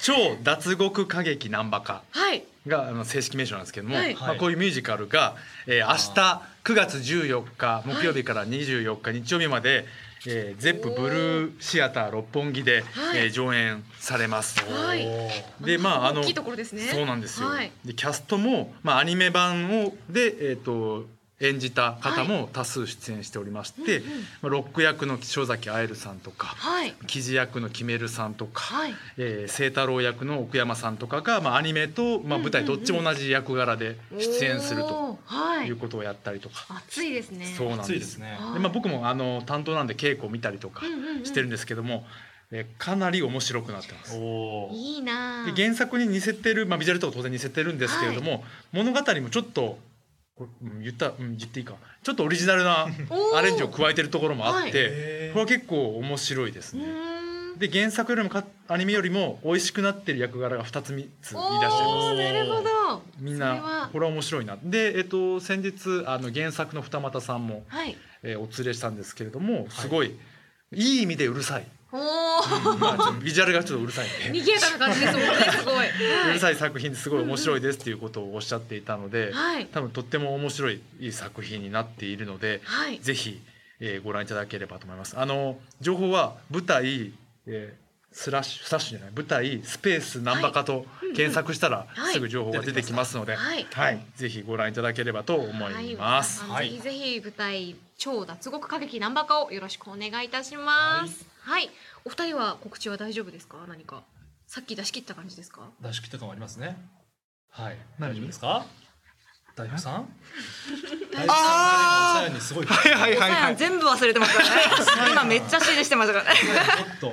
超脱獄歌劇ナンバカはい。があの正式名称なんですけども、はいまあこういうミュージカルが、えー明日9月14日木曜日から24日日曜日まで、えー、ゼップブルーシアター六本木で、はいえー上演されます。はいおーでまああの大きいところですね。そうなんですよ。はいでキャストもまあアニメ版をでえっ、と演じた方も多数出演しておりまして、まあロック役の塩崎愛瑠さんとか、はい記事役のキメルさんとか、はいえー、清太郎役の奥山さんとかが、まあ、アニメと、まあ、舞台どっちも同じ役柄で 出演するとおーはいいうことをやったりとか、暑いですねそうなん暑いでですすね。はいでまあ、僕もあの担当なんで稽古を見たりとかうんうんうんしてるんですけども、えーかなり面白くなってます。おーいいなであ原作に似せてる、まあ、ビジュアルとか当然似せてるんですけれども、物語もちょっとこれうん言った、うん、言っていいかちょっとオリジナルなおーアレンジを加えてるところもあって、へーこれは結構面白いですうね。ーんで原作よりもかアニメよりも美味しくなってる役柄が2つ3ついらっしゃいますおーなるほどみんそれはなこれは面白いなで、えっと、先日あの原作の二俣さんも、はいえーお連れしたんですけれどもすごい、い、い意味でうるさい、おーまあちょっとビジュアルがちょっとうるさいんで賑やかな感じですもんねすごい うるさい作品ですごい面白いですっていうことをおっしゃっていたので、はい多分とっても面白いいい作品になっているので、はいぜひ、えーご覧いただければと思います。あの情報は舞台、えースラッシュスラッシュじゃない舞台スペースナンバカと検索したらはいすぐ情報が出てきますので、はいぜひご覧いただければと思います。はい、はいぜひぜひ舞台超脱獄歌劇ナンバカをよろしくお願いいたします。はい、お二人は告知は大丈夫ですか？何かさっき出し切った感じですか？出し切った感はありますね。はい。何大丈夫ですか？大夫さん？大夫さんが今おあさやにすごい。はいはいはいはさんい。全部忘れてますからね 今めっちゃ指示してましたからねちょっと。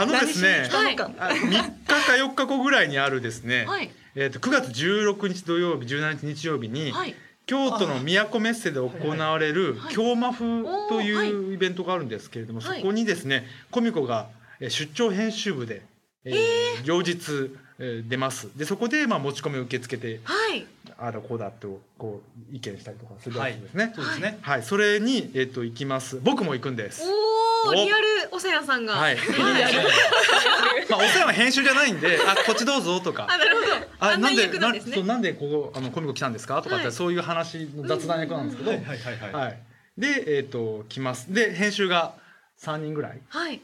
あのですね、はなんいか3日か4日後ぐらいにあるですね、はいえー、と9月16日土曜日17日日曜日に、はい京都の都メッセで行われるはい京マフとおーいうイベントがあるんですけれども、はいそこにですねコミコがえー出張編集部で、えー両日えー出ますでそこでまあ持ち込みを受け付けてはいあらこうだとこう意見したりとかするわけですね。そうですね。はい、それに、えっと行きます僕も行くんです。おおおリアルおさやさんが、はい、 まあ、お世話は編集じゃないんで、あ、こっちどうぞとか。あなるほどあ、案なん内で、役ななんんですねそうなんでここ、あの、コミコ来たんですかとかって、はいそういう話の雑談役なんですけど。はいはいはいはい。はい。で、えっ、と、来ます。で、編集が三人ぐらい。はい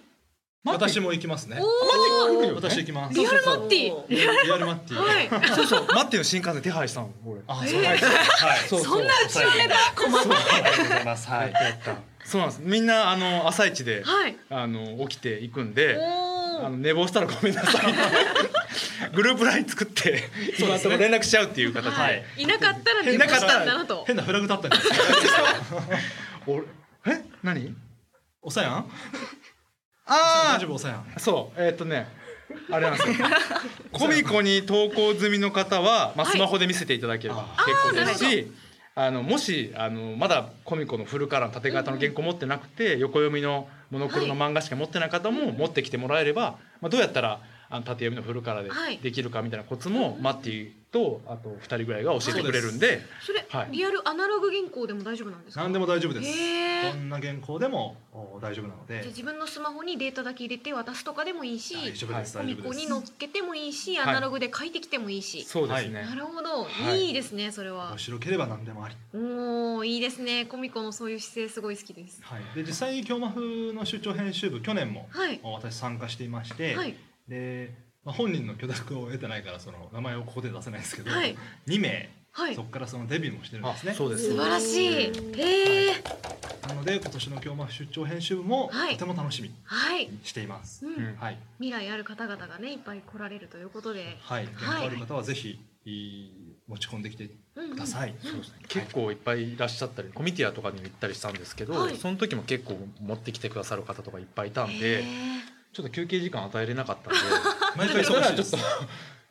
私も行きますね。おお来るよね私行きます。リアルマッティリアルマッティ。 はいそうそう、待ってよ、新幹線手配したの、俺。あ、そうはい。そうそう。そんなそうネタ困った。ありがとうございます。ははいい、。やった。そうなんです。みんな、あの、朝一で、はいあの、起きていくんで。おあおの寝坊したらごめんなさ いグループライン作って今とも連絡しちゃうっていう形で、はいいなかったらい出なまかしったたんだなと変なフラグ立ったんですよ。俺え何おさやん？あ大丈夫おさやん。あそうえーっ、とねあれなんですよコミコに投稿済みの方は、まあ、はいスマホで見せていただければあ結構であすーなしあのもしあのまだコミコのフルカラーの縦型の原稿持ってなくて、横読みのモノクロの漫画しか持ってない方も持ってきてもらえれば、まあ、どうやったらあの縦読みのフルカラーではいできるかみたいなコツも、マッティとあと2人ぐらいが教えてくれるんで。それ、はいリアルアナログ原稿でも大丈夫なんですか何でも大丈夫です。へえどんな原稿でもお大丈夫なのでじゃあ。自分のスマホにデータだけ入れて渡すとかでもいいし大丈夫です。コ大丈ミ夫コでにす。乗っけてもいいし、いアナログで書いてきてもいいし。そうですね、なるほど、はいい、いですね、それは面。白ければ何でもあり。おお、いいですね、コミコのそういう姿勢すごい好きです。はい。で実際に京マフの出張編集部去年もはい。私参加していまして、はい。で、まあ、本人の許諾を得てないからその名前をここで出せないですけど、はい2名はいそ。こからそのデビューもしてるんあですね。そうです素晴らしい。へえ。なので今年の京マフ出張編集部もはいとても楽しみはい。にしています。うんうんはい。未来ある方々がね、いっぱい来られるということで。はい。原はい稿ある方はぜひいい持ち込んできてうん、うくん。ださい。そうですね結構いっぱいいらっしゃったりコミティアとかにも行ったりしたんですけど、はいその時も結構持ってきてくださる方とかいっぱいいたんへでえちょっと休憩時間与えれなか ったんで毎回忙しいです。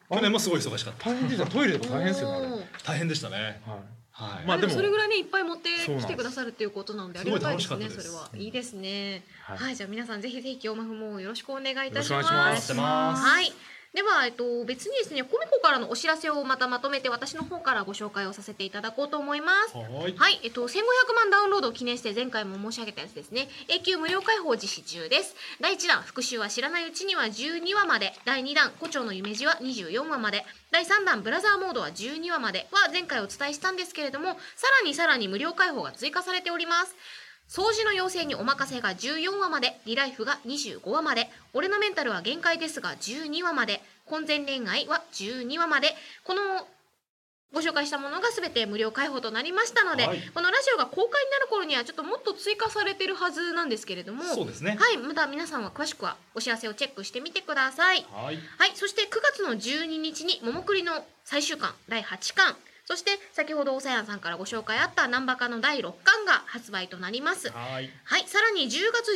去年もすごい忙しかった。大変でしたトイレとか大変ですよねあれ、おはー大変でしたね。い、はい。まあでもでもそれぐらいねいっぱい持ってそうなんきてですくださるっていうことなんであすりごがいたい楽でしすかったねですそれはいいですねははいい、じゃあ皆さんぜひぜひオマフもよろしくお願いいたしまよすろしくお願いしま待ってます。はい。では、えっと、別にですね、コミコからのお知らせをまたまとめて、私の方からご紹介をさせていただこうと思います。はい。はい、えっと、1500万ダウンロードを記念して前回も申し上げたやつですね永久無料開放実施中です第1弾復習は知らないうちには12話まで第2弾胡蝶の夢路は24話まで第3弾ブラザーモードは12話までは前回お伝えしたんですけれどもさらにさらに無料開放が追加されております掃除の妖精にお任せが14話までリライフが25話まで俺のメンタルは限界ですが12話まで婚前恋愛は12話までこのご紹介したものが全て無料開放となりましたので、はいこのラジオが公開になる頃にはちょっともっと追加されてるはずなんですけれどもそうですねはいまだ皆さんは詳しくはお知らせをチェックしてみてくださいはいはい、そして9月の12日に「ももくり」の最終巻第8巻そして先ほどおさやんさんからご紹介あった「ナンバカ」の第6巻が発売となりますはいはいさらに10月12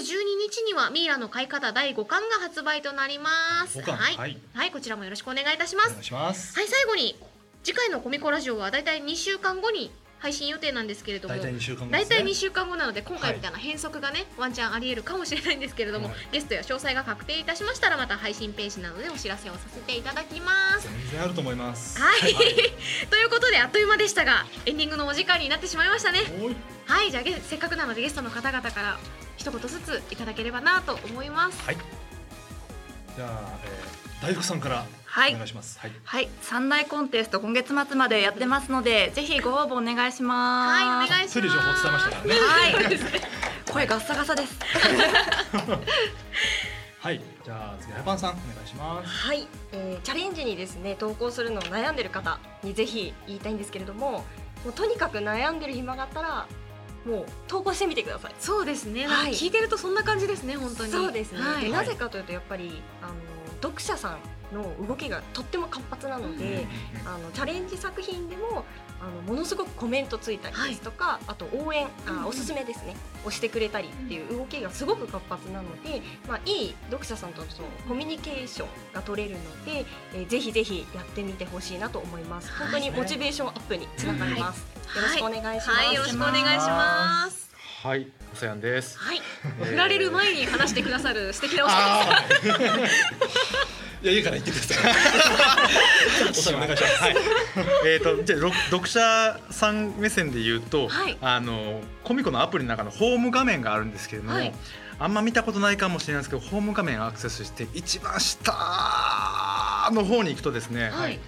日には「ミイラの買い方」第5巻が発売となります五巻はい、はいはいこちらもよろしくお願いいたしまおす願いしますはい最後に次回の「コミコラジオ」はだいたい2週間後に配信予定なんですけれども大体2週間後で大すね体2週間後なので今回みたいな変則がね、ワンチャンありえるかもしれないんですけれども、はいゲストや詳細が確定いたしましたらまた配信ページなどでお知らせをさせていただきます。全然あると思いますはい、 ということであっという間でしたがエンディングのお時間になってしまいましたね。おいはいじゃあゲせっかくなのでゲストの方々から一言ずついただければなと思います。じゃあ、えー、大福さんからはいお願いしますはいはい、三大コンテスト今月末までやってますので、ぜひご応募お願いします。はい、お願いします。プレ情報伝えましたからねはい、声ガッサガサです。はいじゃあ次はやぱんさんお願いしますはい、えーチャレンジにですね投稿するのを悩んでる方にぜひ言いたいんですけれどももうとにかく悩んでる暇があったらもう投稿してみてください。そうですね、はい聞いてるとそんな感じですね本当に。そうですね、はいでなぜかというとやっぱりあの読者さんの動きがとっても活発なので、あのチャレンジ作品でもあのものすごくコメントついたりですとか、あと応援あ、おすすめですねをしてくれたりっていう動きがすごく活発なので、まあ、いい読者さんとのそのコミュニケーションが取れるので、えーぜひぜひやってみてほしいなと思います。本当にモチベーションアップにつながります、よろしくお願いします、はい、よろしくお願いします。はい、おさやんです。はい、えー振られる前に話してくださる素敵なお人です。あーいやいいから言ってください。おさやんお願いします。はい。えっとじゃあろ読者さん目線で言うと、はいあのコミコのアプリの中のホーム画面があるんですけれども、はいあんま見たことないかもしれないですけど、ホーム画面アクセスして一番下の方に行くとですね、はい、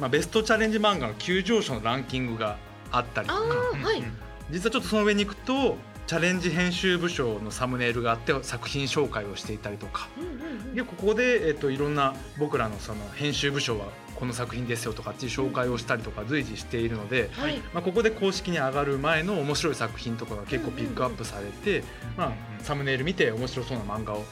まあベストチャレンジ漫画の急上昇のランキングがあったりとあか。あ、はい、実はちょっとその上に行くとチャレンジ編集部署のサムネイルがあって作品紹介をしていたりとか、でここで、えっといろんな僕らのその編集部署はこの作品ですよとかっていう紹介をしたりとか随時しているので、はい、まあ、ここで公式に上がる前の面白い作品とかが結構ピックアップされて、まあ、サムネイル見て面白そうな漫画を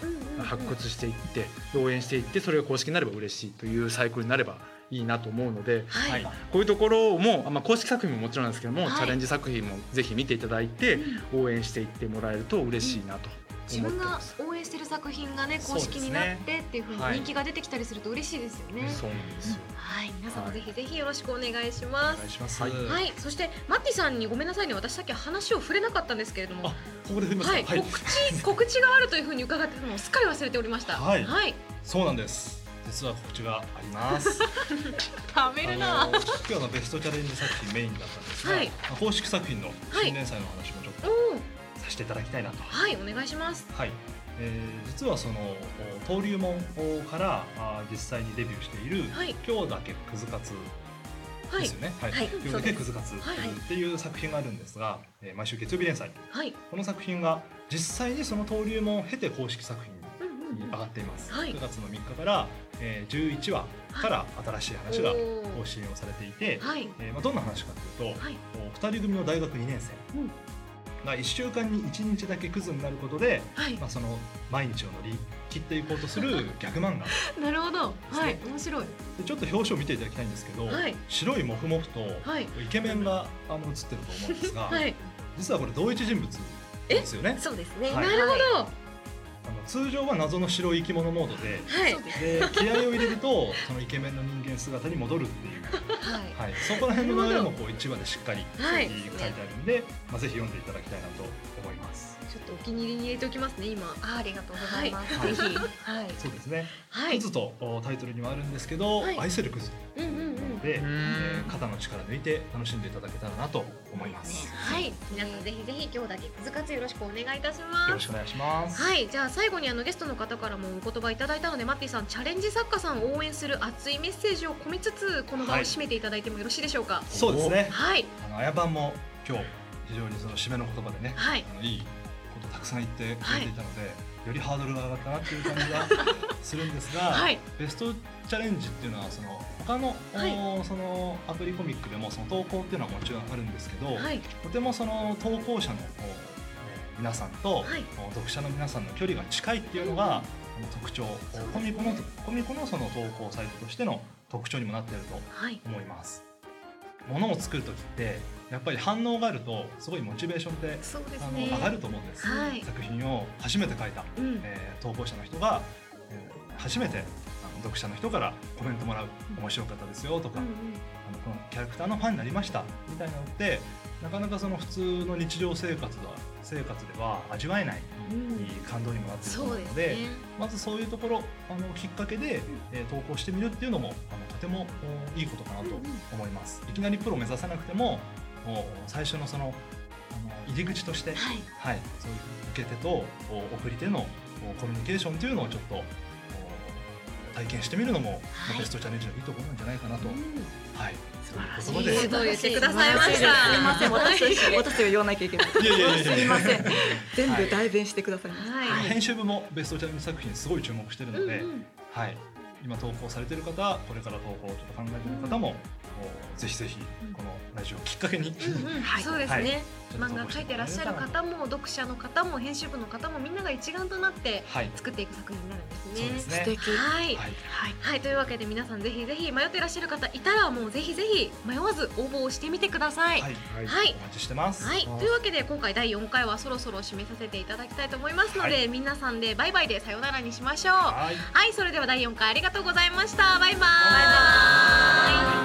発掘していって応援していってそれが公式になれば嬉しいというサイクルになればいいなと思うので、はいこういうところも、まあ、公式作品ももちろんなんですけども、はいチャレンジ作品もぜひ見ていただいて、応援していってもらえると嬉しいなと自思っ分てがます。応援してる作品がね、公式になってっていうふうに人気が出てきたりすると嬉しいですよね。そうなんですよはい、皆さんもぜひぜひよろしくお願いします。お願いしますはいはい、そしてマッティさんにごめんなさいね、私さっき話を触れなかったんですけれどもあ、ここで振りますかはい、 告知告知があるというふうに伺ってたのをすっかり忘れておりました。はいはい、そうなんです実は告知があります 食べるな。あの今日のベストチャレンジ作品メインだったんですが、はいまあ公式作品の新年祭の話もちょっとおーさせていただきたいなとはい、お願いします。はい、えー実はそのお登竜門からあー実際にデビューしているはい「今日だけクズカツ」はでいすよ、ね「はいはい今日だけクズカツ」はいはいっていう作品があるんですが、えー毎週月曜日連載はい、この作品が実際にその登竜門を経て公式う作んうん品に上がっています、はい9月の3日から、えー11話から新しい話が更新をされていて、はい、えーまあ、どんな話かというと、はいお2人組の大学2年生が1週間に1日だけクズになることで、はいま、あ、その毎日を乗り切っていこうとするギャグ漫画 なるほど。はい、面白い。でちょっと表紙を見ていただきたいんですけど、はい白いモフモフとはい、イケメンがあの写ってると思うんですが、はい、実はこれ同一人物ですよね。そうですね、はいなるほど。あの通常は謎の白い生き物モードではい、で気合を入れ るとそのイケメンの人間姿に戻るっていう、はいはい、そこら辺の流れもこう1話でしっかりは書いいてあるんで、まあ、ぜひ読んでいただきたいなと思います。ちょっとお気に入りに入れておきますね、今。あありがとうございます、はいぜひ、はい、そうですね、はクズとおタイトルにはあるんですけど、はい愛せるクズうんうんうんなので、うんえー肩の力抜いて楽しんでいただけたらなと思います。はい、皆さんぜひぜひ今日だけクズカツよろしくお願いいたしよまろしす。くお願いします。はい、じゃあ最後にあのゲストの方からもお言葉いただいたので、マッティさんチャレンジ作家さんを応援する熱いメッセージを込めつつこの場をはい締めていただいてもよろしいでしょうか。そうですね。はい、あのあやばんも今日非常にその締めの言葉でね、はい、あのいいことをたくさん言ってくれていたので、よりハードルが上がったなっていう感じがするんですが、はいベストチャレンジっていうのはその他の、おそのアプリコミックでもその投稿っていうのはもちろんあるんですけど、はいとてもその投稿者のこう皆さんと、はい読者の皆さんの距離が近いっていうのが、あの特徴コミコのコミコのその投稿サイトとしての特徴にもなっているとはい思います。ものを作る時ってやっぱり反応があるとすごいモチベーションって、そうであすのね上がると思うんです、はい作品を初めて書いた、うんえー投稿者の人が、えー初めてあの読者の人からコメントもらう面白かったですよとか、あのこのキャラクターのファンになりましたみたいなのってなかなかその普通の日常生活では生活では味わえない、いい感動にもなってると思そううのですでねまずそういうところあのきっかけで、えー投稿してみるっていうのもあのとてもおいいことかなと思います。いきなりプロ目指さなくてもお最初のそのあの入り口として、はいはい、そういう受け手とお送り手のおコミュニケーションというのをちょっとお体験してみるのも、はいベストチャレンジのいいところなんじゃないかなと、はい、ということいいでことを言ってくださいましたすみません、私と一緒私と言わなきゃいけない。いやいやいやいやすみません、全部代弁してくださいました。はい編集部もベストチャレンジ作品すごい注目してるので、うんうんはい、今投稿されてる方これから投稿をちょっと考えてる方も、おぜひぜひこのラジオをきっかけに、うんそうですね、はい漫画描いてらっしゃる方も読者の方も編集部の方もみんなが一丸となってはい、作っていく作品になるんですね。そうですね素敵。はい、はい、はい、というわけで皆さんぜひぜひ迷っていらっしゃる方いたらもうぜひぜひ迷わず応募をしてみてください。は、はいいはいはいお待ちしてます。というわけで今回第4回はそろそろ締めさせていただきたいと思いますので、は皆さんでバイバイでさよならにしましょう。はいはい、それでは第4回ありがとうございました。バイバイ。バイバイ